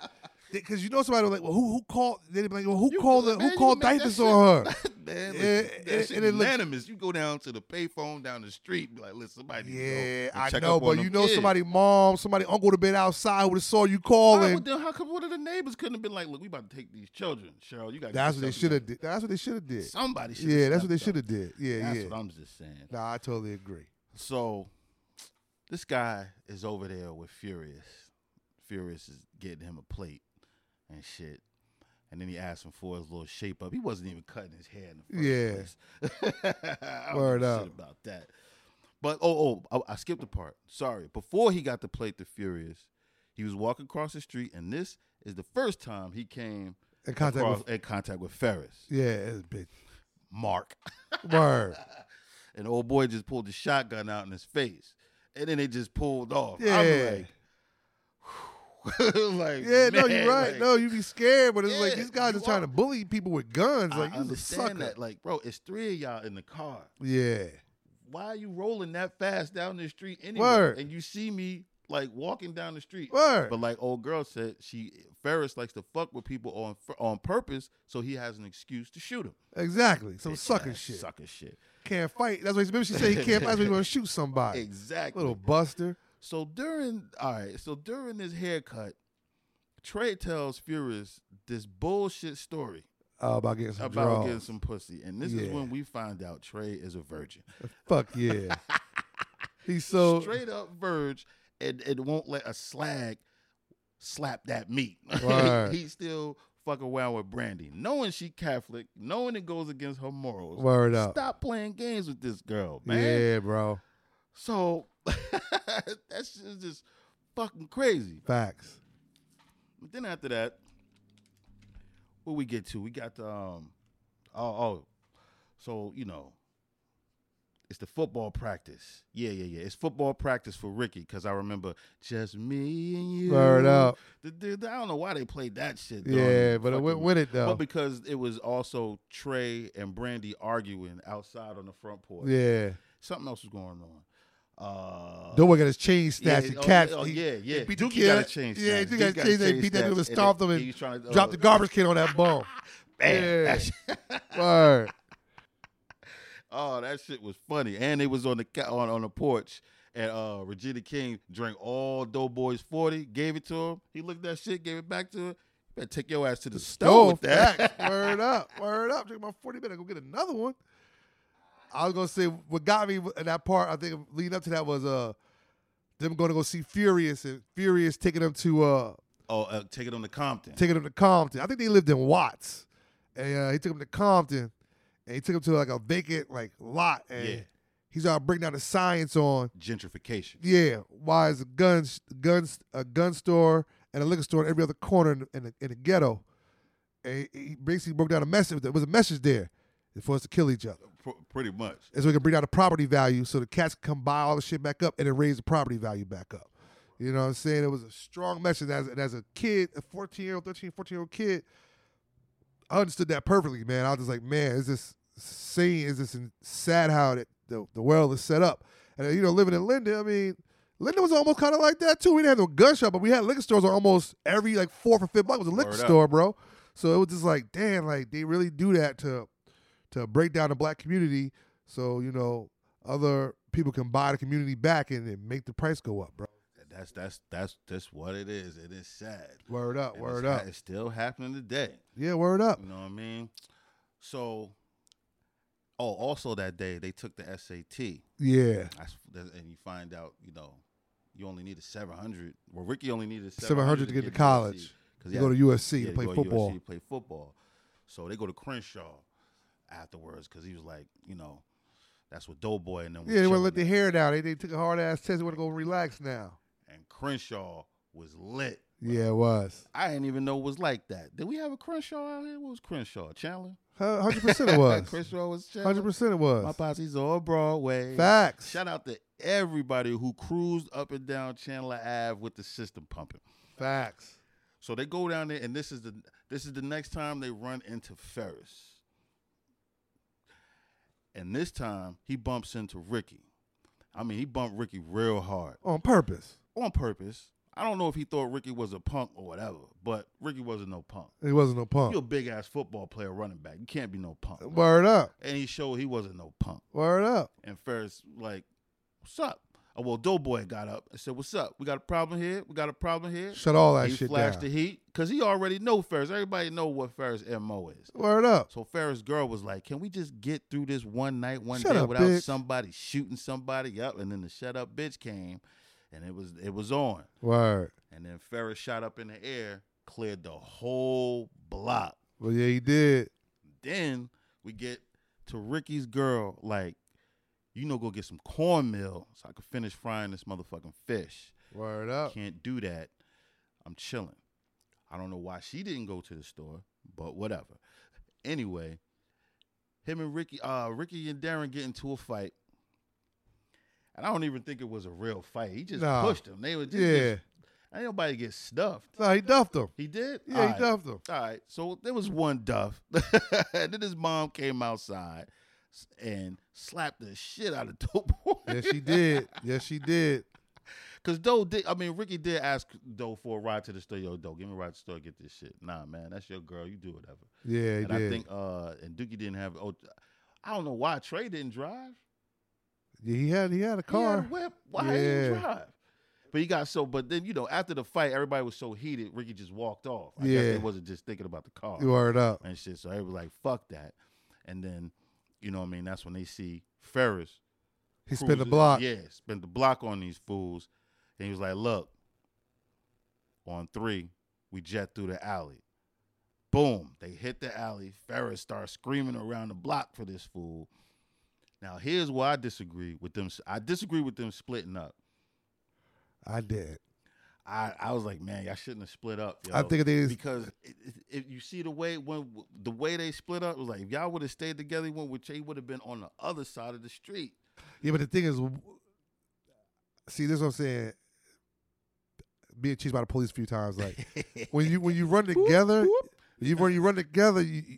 A: because you know somebody was like, well, who who called? They'd be like, well, who
B: You
A: called the,
B: do it,
A: who
B: man. You
A: called
B: can make
A: diapers
B: that
A: on her?
B: shit- *laughs* man,
A: Yeah,
B: listen,
A: and-
B: that shit
A: and it looks-
B: unanimous. you go down to the payphone down the street, be like, listen, somebody. needs to go
A: Yeah,
B: and
A: I
B: check
A: know,
B: up on
A: but you
B: them
A: know
B: kids.
A: somebody mom, somebody uncle to been outside who would have saw you
B: All right,
A: calling.
B: well, then how come one of the neighbors couldn't have been like, look, we about to take these children, Cheryl? You got.
A: That's what they should have did. That's what they should have did.
B: Somebody should.
A: Yeah, that's what they should have did. Yeah,
B: That's
A: yeah.
B: what I'm just saying.
A: Nah, I totally agree.
B: So this guy is over there with Furious. Furious is getting him a plate and shit. And then he asked him for his little shape up. He wasn't even cutting his hair in the first yeah. place. *laughs* I don't
A: Word
B: give a
A: up.
B: Shit about that. But oh oh, I, I skipped a part. Sorry. Before he got the plate to Furious, he was walking across the street, and this is the first time he came
A: In contact
B: across-
A: with
B: in contact with Ferris
A: yeah, it's big.
B: Mark.
A: *laughs* Word.
B: and old boy just pulled the shotgun out in his face, and then they just pulled off.
A: Yeah.
B: I'm like, *laughs* like,
A: Yeah, no,
B: man,
A: you're right.
B: like,
A: no, you be scared, but it's like
B: Yeah,
A: these guys
B: you
A: are trying
B: are.
A: to bully people with guns. Like,
B: I
A: you a sucker.
B: understand that. Like, bro, it's three of y'all in the car.
A: Yeah,
B: Why are you rolling that fast down the street anyway?
A: Word.
B: And you see me like walking down the street.
A: word.
B: But like old girl said, she Ferris likes to fuck with people on on purpose, so he has an excuse to shoot him.
A: exactly. Some
B: Bitch
A: sucker
B: ass
A: shit.
B: Sucker shit.
A: Can't fight. That's why maybe she
B: *laughs*
A: said he can't fight. That's why he want to shoot somebody.
B: Exactly.
A: Little buster.
B: So during all right, so during this haircut, Trey tells Furious this bullshit story
A: Oh, about getting some
B: about
A: draws.
B: getting some pussy, and this is
A: Yeah.
B: when we find out Trey is a virgin,
A: *laughs* Fuck
B: *laughs*
A: yeah. He's so
B: straight up verge, and it won't let a slag slap that meat. *laughs*
A: Word.
B: he still fuck around with Brandy, knowing she Catholic, knowing it goes against her morals.
A: word up.
B: Stop playing games with this girl, man.
A: Yeah, bro.
B: So *laughs* that's just, just fucking crazy.
A: Facts.
B: But then after that, what we get to? We got the um, oh oh, so you know, it's the football practice. Yeah, yeah, yeah. It's football practice for Ricky because I remember just me and you.
A: Word up.
B: The- the- the- I don't know why they played that shit. during
A: Yeah,
B: the
A: but it went
B: fucking-
A: with it though.
B: But because it was also Trey and Brandy arguing outside on the front porch.
A: yeah.
B: Something else was going on. Uh,
A: Don't work at his chain snatch
B: yeah,
A: and
B: oh,
A: cats.
B: yeah, Oh,
A: he
B: yeah, yeah.
A: beat the
B: Dookie
A: kid.
B: got to change.
A: Yeah,
B: snaps.
A: Dookie gotta change that. He beat that dude
B: snaps.
A: and
B: And
A: stomped
B: then
A: him and
B: he was trying to, uh,
A: dropped the garbage can on that
B: *laughs*
A: ball.
B: bam.
A: Yeah.
B: That shit-
A: Word.
B: oh, that shit was funny. And they was on the ca- on on the porch, and uh, Regina King drank all Doughboy's forty, gave it to him. He looked at that shit, gave it back to her. You better take your ass to the store
A: Stove
B: with that.
A: facts. Word up. Word up. Drink my 40 minutes. Go get another one. I was gonna say what got me in that part, I think leading up to that was uh them going to go see Furious and Furious taking them to uh
B: *laughs* Oh, uh, take it on the Compton.
A: taking him to Compton. I think they lived in Watts, and uh, he took him to Compton, and he took him to like a vacant like lot, and
B: Yeah.
A: he's out bring down the science on
B: Gentrification.
A: yeah why is a gun s- guns a gun store and a liquor store in every other corner in the, in the, in the ghetto, and he he basically broke down a message. There was a message there for us to kill each other.
B: Pr- pretty much.
A: And so we can bring down the property value so the cats can come buy all the shit back up and then raise the property value back up. You know what I'm saying? It was a strong message. As, and as a kid, a 14 year old, 13, 14 year old kid, I understood that perfectly, man. I was just like, man, is this scene, is this in- sad how that the, the world is set up? And, uh, you know, living in Linda, I mean, Linda was almost kind of like that too. We didn't have no gun shop, but we had liquor stores on almost every like fourth or fifth block was a liquor
B: Word up.
A: store, bro. So it was just like, damn, like they really do that to to break down the black community so you know other people can buy the community back and then make the price go up, bro.
B: That's that's that's that's what it is. It is sad.
A: Word up,
B: And
A: word
B: it's ha-
A: up.
B: It's still happening today.
A: Yeah, word up.
B: You know what I mean? So, oh, also that day they took the SAT.
A: Yeah,
B: That's, that- and you find out, you know, you only needed 700. Well, Ricky only needed
A: 700
B: 700
A: to get to college.
B: Because
A: you go to USC to play football.
B: to play football. So they go to Crenshaw afterwards because he was like, you know, that's what Doughboy and them. was
A: Yeah, they want to let
B: chilling
A: their hair down. They, they took a hard ass test. They want to go relax now.
B: at. And Crenshaw was lit.
A: Yeah, it was.
B: I didn't even know it was like that. Did we have a Crenshaw out here? What was Crenshaw? Chandler? *laughs*
A: Hundred percent it was.
B: Crenshaw was Chandler.
A: Hundred percent it
B: My
A: was.
B: posse's on Broadway.
A: Facts.
B: Shout out to everybody who cruised up and down Chandler Ave with the system pumping.
A: Facts.
B: So they go down there, and this is the this is the next time they run into Ferris. And this time he bumps into Ricky. I mean, he bumped Ricky real hard
A: On purpose.
B: on purpose. I don't know if he thought Ricky was a punk or whatever, but Ricky wasn't no punk.
A: He wasn't no
B: You a
A: punk.
B: big ass football player, running back. You can't be no punk.
A: *laughs* Word up.
B: And he showed he wasn't no punk.
A: Word up.
B: And Ferris like, what's up? Oh, well, Doughboy got up and said, "What's up? We got a problem here. We got a problem here."
A: Shut all that
B: he
A: shit
B: flashed
A: down.
B: the heat because he already know Ferris. Everybody know what Ferris mo is.
A: Word up.
B: So Ferris girl was like, "Can we just get through this one night, one
A: Shut
B: day
A: up,
B: without
A: bitch.
B: somebody shooting somebody up?" And then the shut up bitch came, and it was it was on.
A: Word.
B: And then Ferris shot up in the air, cleared the whole block.
A: Well, yeah, he did.
B: Then we get to Ricky's girl, like, you know, go get some cornmeal so I can finish frying this motherfucking fish.
A: Word up.
B: Can't do that. I'm chilling. I don't know why she didn't go to the store, but whatever. Anyway, him and Ricky, uh, Ricky and Darren get into a fight. And I don't even think it was a real fight. He just
A: Nah.
B: pushed him. They were just,
A: Yeah.
B: ain't nobody get stuffed.
A: No, he duffed him.
B: He did?
A: Yeah,
B: All
A: he
B: right.
A: duffed him.
B: All right, so there was one duff. *laughs* and then his mom came outside s- and slapped the shit out of *laughs* Dope Boy.
A: Yes, she did. Yes, she
B: *laughs*
A: did.
B: Because Doe did, I mean, Ricky did ask Doe for a ride to the store. Yo, Doe, give me a ride to the store, get this shit. Nah, man, that's your girl. You do whatever.
A: Yeah, he
B: and
A: did.
B: I think, uh, and Dookie didn't have, oh, I don't know why Trey didn't drive.
A: yeah, he had he had a
B: He
A: car.
B: had a whip. Why he didn't
A: Yeah.
B: drive? But he got so, but then, you know, after the fight, everybody was so heated, Ricky just walked off. I guess
A: Yeah.
B: they wasn't just thinking about the car.
A: Word up.
B: and shit. So everybody was like, fuck that. And then, you know what I mean? That's when they see Ferris.
A: He spit the
B: cruising-
A: block.
B: Yeah, spent the block on these fools. And he was like, look, on three, we jet through the alley. Boom, they hit the alley. Ferris starts screaming around the block for this fool. Now, here's where I disagree with them. I disagree with them splitting up.
A: I did.
B: I, I was like, man, y'all shouldn't have split up.
A: I
B: yo."
A: think they just
B: because it, it, it- you see the way when the way they split up it was like if y'all would have stayed together, when would Jay would have been on the other side of
A: *laughs*
B: the street?
A: Yeah, but the thing is, see, this is what I'm saying. Being chased by the police a few times, like
B: *laughs*
A: when you when you run together, you when you run together, you you-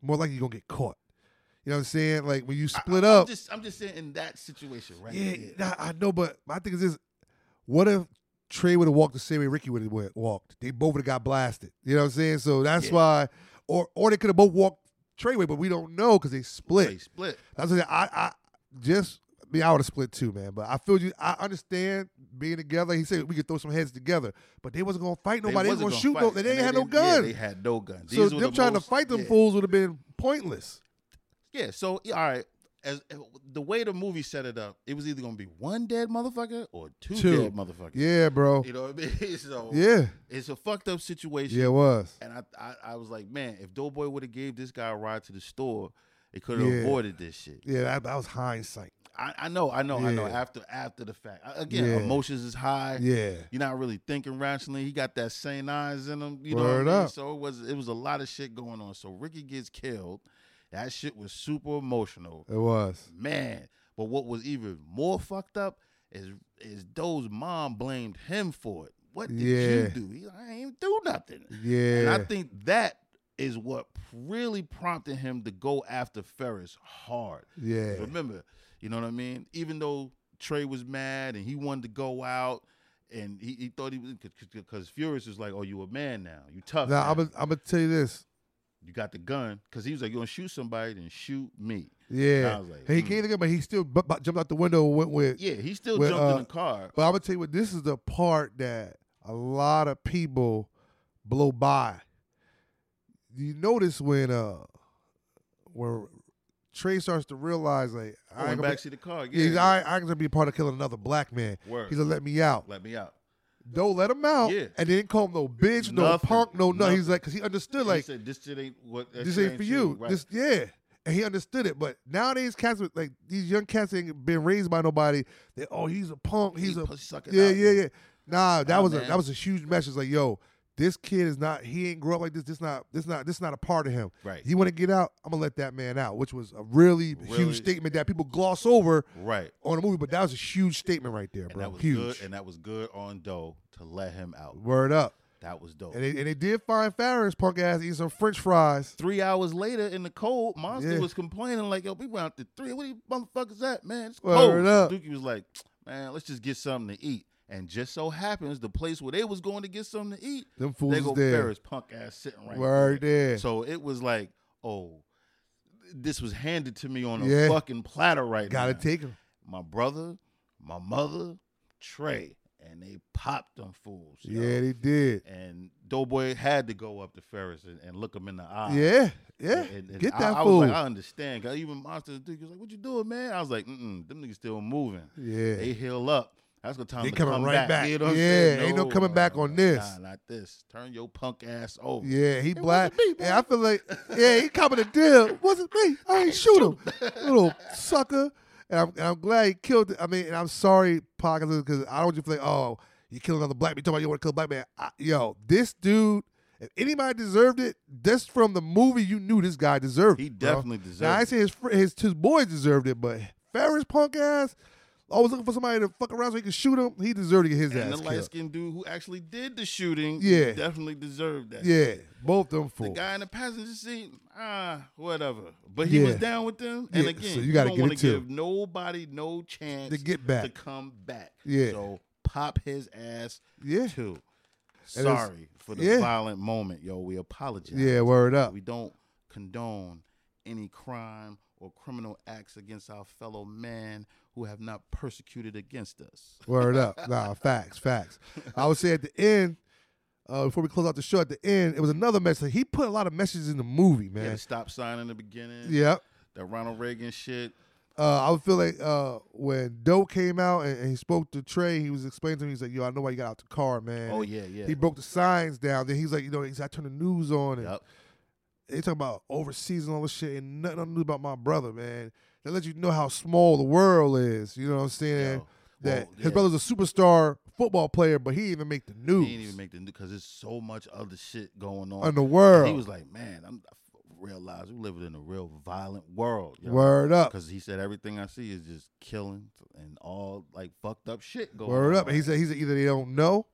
A: more likely you're gonna get caught. You know what I'm saying? Like when you split
B: I,
A: up,
B: I'm just, I'm just saying in that situation, right?
A: yeah,
B: there.
A: nah, I know. But my thing is this: what if Trey would have walked the same way Ricky would have walked? They both would have got blasted. You know what I'm saying? So that's
B: Yeah.
A: why, or or they could have both walked Trey way, but we don't know because they split.
B: They split.
A: That's what I, I, I just me. I would have split too, man. But I feel you. I understand being together. He said we could throw some heads together, but they wasn't gonna fight nobody. They,
B: wasn't
A: wasn't gonna
B: gonna
A: shoot. No,
B: fight,
A: they
B: and
A: didn't have no
B: didn't- yeah,
A: gun.
B: they had no guns.
A: so
B: These were
A: them
B: the
A: trying
B: most-
A: to fight them
B: yeah.
A: fools would have been pointless.
B: Yeah. So yeah, all right. As the way the movie set it up, it was either gonna be one dead motherfucker or two,
A: Two.
B: dead motherfuckers.
A: Yeah, bro.
B: You know what I mean? *laughs* So
A: Yeah,
B: it's a fucked up situation.
A: yeah, it was.
B: And I, I, I was like, man, if Doughboy would have gave this guy a ride to the store, it could have
A: Yeah.
B: avoided this shit.
A: Yeah, that, that was hindsight.
B: I, I know, I know, I know.
A: Yeah.
B: After after the fact, I- again,
A: Yeah.
B: emotions is high.
A: Yeah,
B: You're not really thinking rationally. He got that sane eyes in him. You
A: Word
B: know what I mean?
A: up.
B: So it was it was a lot of shit going on. So Ricky gets killed. That shit was super emotional,
A: it was.
B: man. But what was even more fucked up is is Doe's mom blamed him for it. What did
A: Yeah.
B: you do? He's like, I ain't even do nothing. And
A: Yeah,
B: I think that is what really prompted him to go after Ferris hard.
A: yeah,
B: Remember, you know what I mean? Even though Trey was mad and he wanted to go out and he, he thought he was because Furious was like, "Oh, you a man now? You tough?
A: Now
B: now.
A: I'm gonna I'm gonna tell you this.
B: you got the gun?" Because he was like, "You gonna shoot somebody? Then shoot me." And I
A: Yeah,
B: was like,
A: he
B: hmm.
A: came together, but he still bu- bu- jumped out the window and went with
B: Yeah, he still
A: Well,
B: jumped
A: uh,
B: in the car.
A: But I'm gonna tell you what, this is the part that a lot of people blow by. You notice when uh when Trey starts to realize like
B: I
A: I ain't
B: went
A: gonna
B: back to the car.
A: be, he's,
B: Yeah,
A: I, I ain't gonna be part of killing another black man.
B: Word.
A: He's gonna let me out.
B: let me out.
A: Don't let him out.
B: Yeah.
A: And they didn't call him no bitch, no
B: Nothing,
A: punk, no nothing. He's
B: nothing.
A: like, cause he understood
B: And he
A: like
B: said, "This shit ain't what. that
A: this
B: shit
A: ain't for you.
B: Right.
A: This yeah. And he understood it, but nowadays cats with- like these young cats ain't been raised by nobody. They oh he's a punk, he's
B: He
A: a
B: pussy sucking
A: yeah,
B: out.
A: yeah, yeah. Nah, that
B: Nah,
A: was a
B: man.
A: that was a huge message. Like, yo, this kid is not. He ain't grow up like this. This not. This not. This not a part of him.
B: Right.
A: He want to get out. I'm gonna let that man out, which was a really,
B: Really-
A: huge statement that people gloss over
B: Right.
A: on the movie, but that was a huge statement right there,
B: And
A: bro.
B: that was
A: huge.
B: good. And that was good on Doe to let him out.
A: Word up.
B: That was dope.
A: And they, and they did find Farron's punk ass eating some French fries.
B: three hours later in the cold, Monster
A: Yeah.
B: was complaining like, "Yo, we went out to three. What are you motherfuckers at, man? It's
A: Word
B: cold."
A: up.
B: Dookie was like, "Man, let's just get something to eat." And just so happens the place where they was going to get something to eat,
A: Them fools
B: they
A: is
B: go
A: there.
B: Ferris punk ass sitting right
A: Word
B: there.
A: there.
B: So it was like, oh, this was handed to me on a
A: Yeah.
B: fucking platter right now.
A: Gotta take them.
B: my brother, my mother, Trey, and they popped them fools. yo.
A: Yeah, they did.
B: And Doughboy had to go up to Ferris and, and look him in the eye.
A: Yeah, yeah.
B: And- and
A: Get
B: I,
A: that
B: I
A: fool.
B: was like, I understand. 'cause even Monsters dude was like, "What you doing, man?" I was like, "Mm, them niggas still moving.
A: Yeah.
B: They heal up. That's the time
A: They
B: to
A: coming
B: come
A: right back.
B: You know what I'm
A: Yeah,
B: saying?
A: ain't no coming back on this.
B: Nah, not this. Turn your punk ass over.
A: Yeah, he
B: Oh. It
A: black.
B: wasn't me,
A: Yeah, I feel like yeah, he copping a deal. Wasn't me. I ain't
B: *laughs*
A: shoot him, little sucker. And I'm, and I'm glad he killed. It. I mean, and I'm sorry, pockets, because I don't want you to feel like, oh, you killed another black man. You talking about you want to kill a black man? I, yo, this dude. If anybody deserved it, just from the movie, you knew this guy deserved
B: He
A: it. bro.
B: definitely deserved.
A: Now I
B: it.
A: ain't say his, fr- his his boys deserved it, but Ferris punk ass always looking for somebody to fuck around so he can shoot him. He deserved to get his
B: and
A: ass
B: the light
A: killed.
B: skinned dude who actually did the shooting,
A: Yeah.
B: definitely deserved that.
A: Yeah, both them
B: The
A: fools.
B: guy in the passenger seat, ah, whatever. But he was
A: Yeah.
B: down with them. And
A: Yeah,
B: again,
A: so you
B: you,
A: gotta
B: don't
A: get it
B: want to
A: too.
B: give nobody no chance
A: To get
B: to
A: back,
B: come back.
A: Yeah.
B: So pop his ass
A: yeah,
B: too.
A: it's-
B: Sorry for the
A: yeah.
B: violent moment, yo. We apologize.
A: yeah. Word up.
B: We don't condone any crime or criminal acts against our fellow man who have not persecuted against us.
A: Word up. Nah, facts, facts. I would say at the end, uh, before we close out the show, at the end, it was another message. He put a lot of messages in the movie,
B: He had
A: man.
B: a stop sign in the beginning.
A: Yep.
B: That Ronald Reagan shit.
A: Uh, I would feel like uh, when Doe came out and, and he spoke to Trey, he was explaining to me, he's like, yo, I know why you got out the car, man.
B: Oh yeah, yeah.
A: He broke the signs down. Then he's like, you know, he's, I turned the news on. And
B: Yup.
A: they talking about overseas and all this shit and nothing I knew about my brother, man. That lets you know how small the world is. You know what I'm saying?
B: Yo.
A: that
B: Well,
A: his
B: yeah.
A: brother's a superstar football player, but he didn't even make the news.
B: He didn't even make the because there's so much other shit going on.
A: on the
B: And
A: world.
B: he was like, man, I'm, I realize we live in a real violent world.
A: Word up.
B: Because he said everything I see is just killing and all like fucked up shit going.
A: Word
B: on.
A: up. And he said he said either they don't know,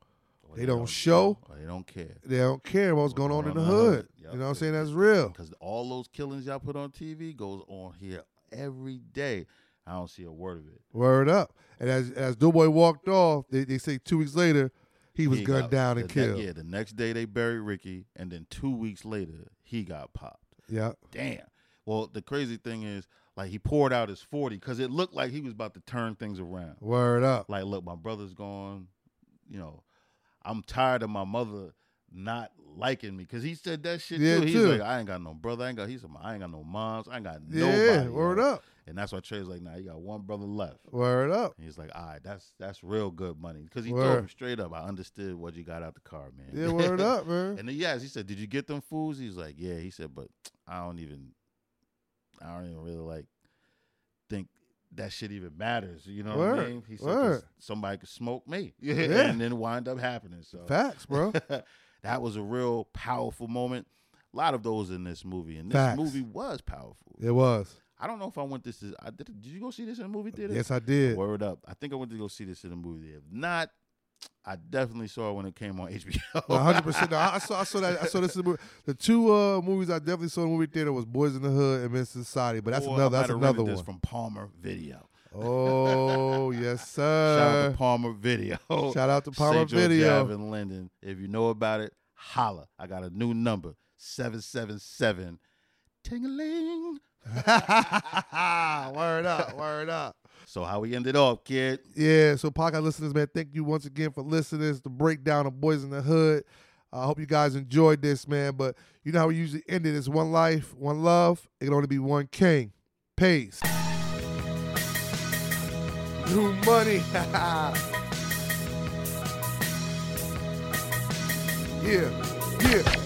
B: Or
A: they don't show.
B: or they don't care.
A: they don't care what's going on in the hood. You know what I'm saying? That's real.
B: Because all those killings y'all put on TV goes on here every day. I don't see a word of it.
A: Word up. And as as Doughboy walked off, they, they say two weeks later, he was gunned
B: got-
A: down and
B: the ne-
A: killed.
B: yeah, the next day they buried Ricky, and then two weeks later he got popped.
A: yeah.
B: damn. Well, the crazy thing is, like, he poured out his 40 because it looked like he was about to turn things around.
A: Word up.
B: Like, look, my brother's gone. You know, I'm tired of my mother not liking me because he said that shit
A: Yeah,
B: too. He's
A: too.
B: like, I ain't got no brother. I ain't got. He's like, I ain't got no moms. I ain't got
A: yeah.
B: nobody.
A: Word
B: yo."
A: up.
B: And that's why Trey's like, nah, you got one brother left.
A: Word up.
B: And he's like, all right, that's that's real good money because he
A: Word.
B: told him straight up. I understood what you got out the car, man.
A: Yeah, word up, man.
B: And then he asked, he said, Did you get them fools? He's like, Yeah. He said, But I don't even I don't even really like think that shit even matters. You know what
A: Word,
B: I mean? He said, "'Cause
A: word.
B: somebody could smoke me.
A: Yeah.
B: and then wind up happening. So
A: Facts,
B: *laughs*
A: bro.
B: that was a real powerful moment. A lot of those in this movie. And this
A: Facts.
B: movie was powerful.
A: It was.
B: I don't know if I went this is I did did you go see this in a movie theater?
A: Yes, I did.
B: Word up. I think I went to go see this in a movie theater. If not, I definitely saw it when it came on *laughs* HBO.
A: One hundred percent. I I saw. I saw that. I saw this. in the movie. The two uh, movies I definitely saw in the movie theater was Boys in the Hood and Men's Society. But that's
B: Or I
A: another.
B: might
A: That's
B: have rented
A: another
B: this
A: one.
B: from Palmer Video.
A: Oh yes,
B: *laughs* Shout out
A: sir.
B: to Palmer Video.
A: Uh,
B: *laughs*
A: Shout out to Palmer
B: Central
A: Video.
B: Drive in Linden. If you know about it, holla. I got a new number, 777 Tingling.
A: *laughs* word up, word up.
B: So how we ended off, kid.
A: Yeah, so podcast listeners, man, thank you once again for listening to the breakdown of Boys in the Hood. I hope you guys enjoyed this, man. But you know how we usually end it: it's one life, one love. It can only be one king. Peace. New money. *laughs* yeah, yeah.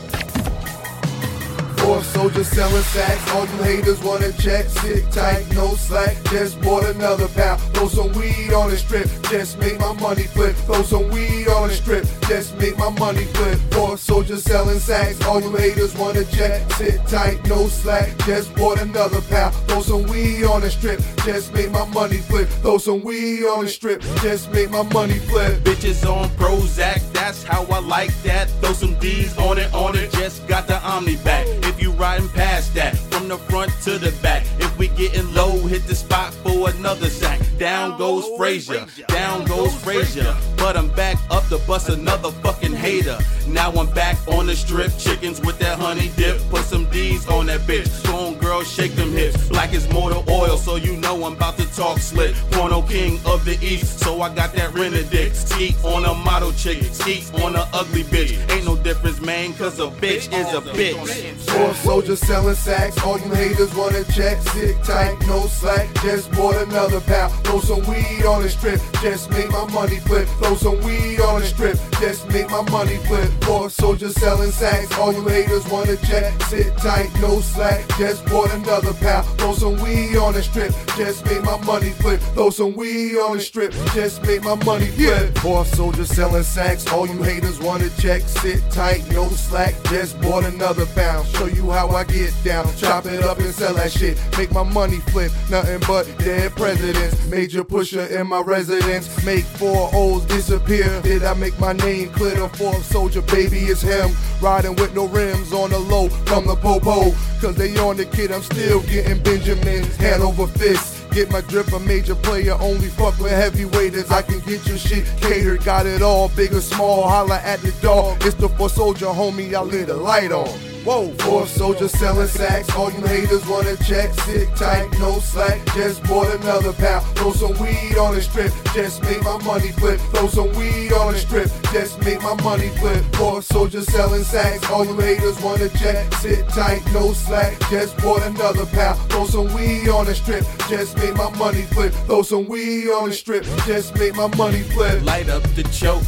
C: Four soldiers selling sacks. All you haters wanna chat, sit tight, no slack. Just bought another pound. Throw some weed on the strip. Just make my money flip. Throw some weed on the strip. Just make my money flip. Four soldiers selling sacks. All you haters wanna chat, sit tight, no slack. Just bought another pound. Throw some weed on the strip. Just make my money flip. Throw some weed on the strip. Just make my money flip.
D: Bitches on Prozac, that's how I like that. Throw some D's on it, on it, just got the Omni back. If you riding past that, from the front to the back. If we getting low, hit the spot for another sack.
B: Down goes Frazier. Down goes Frazier. But I'm back up to bust another fucking hater. Now I'm back on the strip. Chickens with that honey dip. Put some D's on that bitch. Strong girl, shake them hips. Like it's motor oil, so you know I'm about to talk slick. Porno king of the east, so I got that renedict. Skeet on a model chick. Skeet on a ugly bitch. Ain't no difference, man, cause a bitch is a bitch.
A: Four soldiers selling sacks. All you haters wanna check. Sit tight, no slack. Just bought another pound. Throw some weed on the strip. Just make my money flip. Throw some weed on the strip. Just make my money flip. Four soldiers selling sacks. All you haters wanna check. Sit tight, no slack. Just bought another pound. Throw some weed on the strip. Just make my money flip. Throw some weed on the strip. Just make my money flip. Four soldiers selling sacks. All you haters wanna check. Sit tight, no slack. Just bought another pound. Show you how I get down. Chop it up and sell that shit. Make my money flip. Nothing but dead presidents. Major pusher in my residence. Make four O's disappear. Did I make my name clear? The fourth soldier, baby, it's him. Riding with no rims on the low from the popo. Cause they on the kid. I'm still getting Benjamins. Hand over fist. Get my drip a major player, only fuck with heavyweights. I can get your shit catered, got it all, big or small. Holla at the door. It's the four soldier, homie. I lit a light on. Whoa, four soldier selling sacks. All you haters wanna check, sit tight, no slack. Just bought another pound. Throw some weed on the strip, just make my money flip. Throw some weed on the strip, just make my money flip. Four soldier selling sacks. All you haters wanna check, sit tight, no slack. Just bought another pound. Throw some weed on the strip, just make my money flip. Throw some weed on the strip, just make my money flip.
B: light up the choke.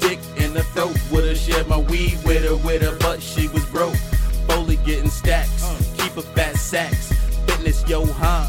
B: Dick in the throat, would've shared my weed with her, with her, but she was broke. Foley getting stacks, keep a fat sacks. Fitness Johan,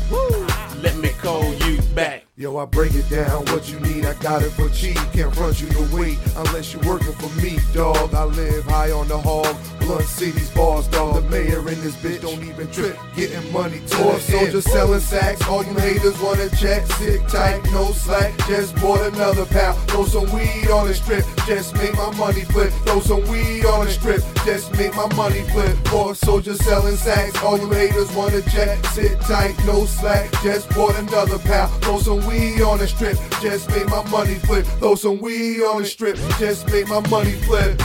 B: let me call you back.
A: Yo, I break it down. What you need, I got it for cheap. Can't front you to wait unless you're working for me, dog. I live high on the hog. Blunt cities, bars, dog. The mayor in this bitch don't even trip. Getting money to Four soldiers selling sacks. All you haters wanna check. Sit tight, no slack. Just bought another pound. Throw some weed on the strip. Just make my money flip. Throw some weed on the strip. Just make my money flip. Four soldiers selling sacks. All you haters wanna check. Sit tight, no slack. Just bought another pound. Throw some weed on the strip. Just make my money flip. Throw some weed on the strip. Just make my money flip.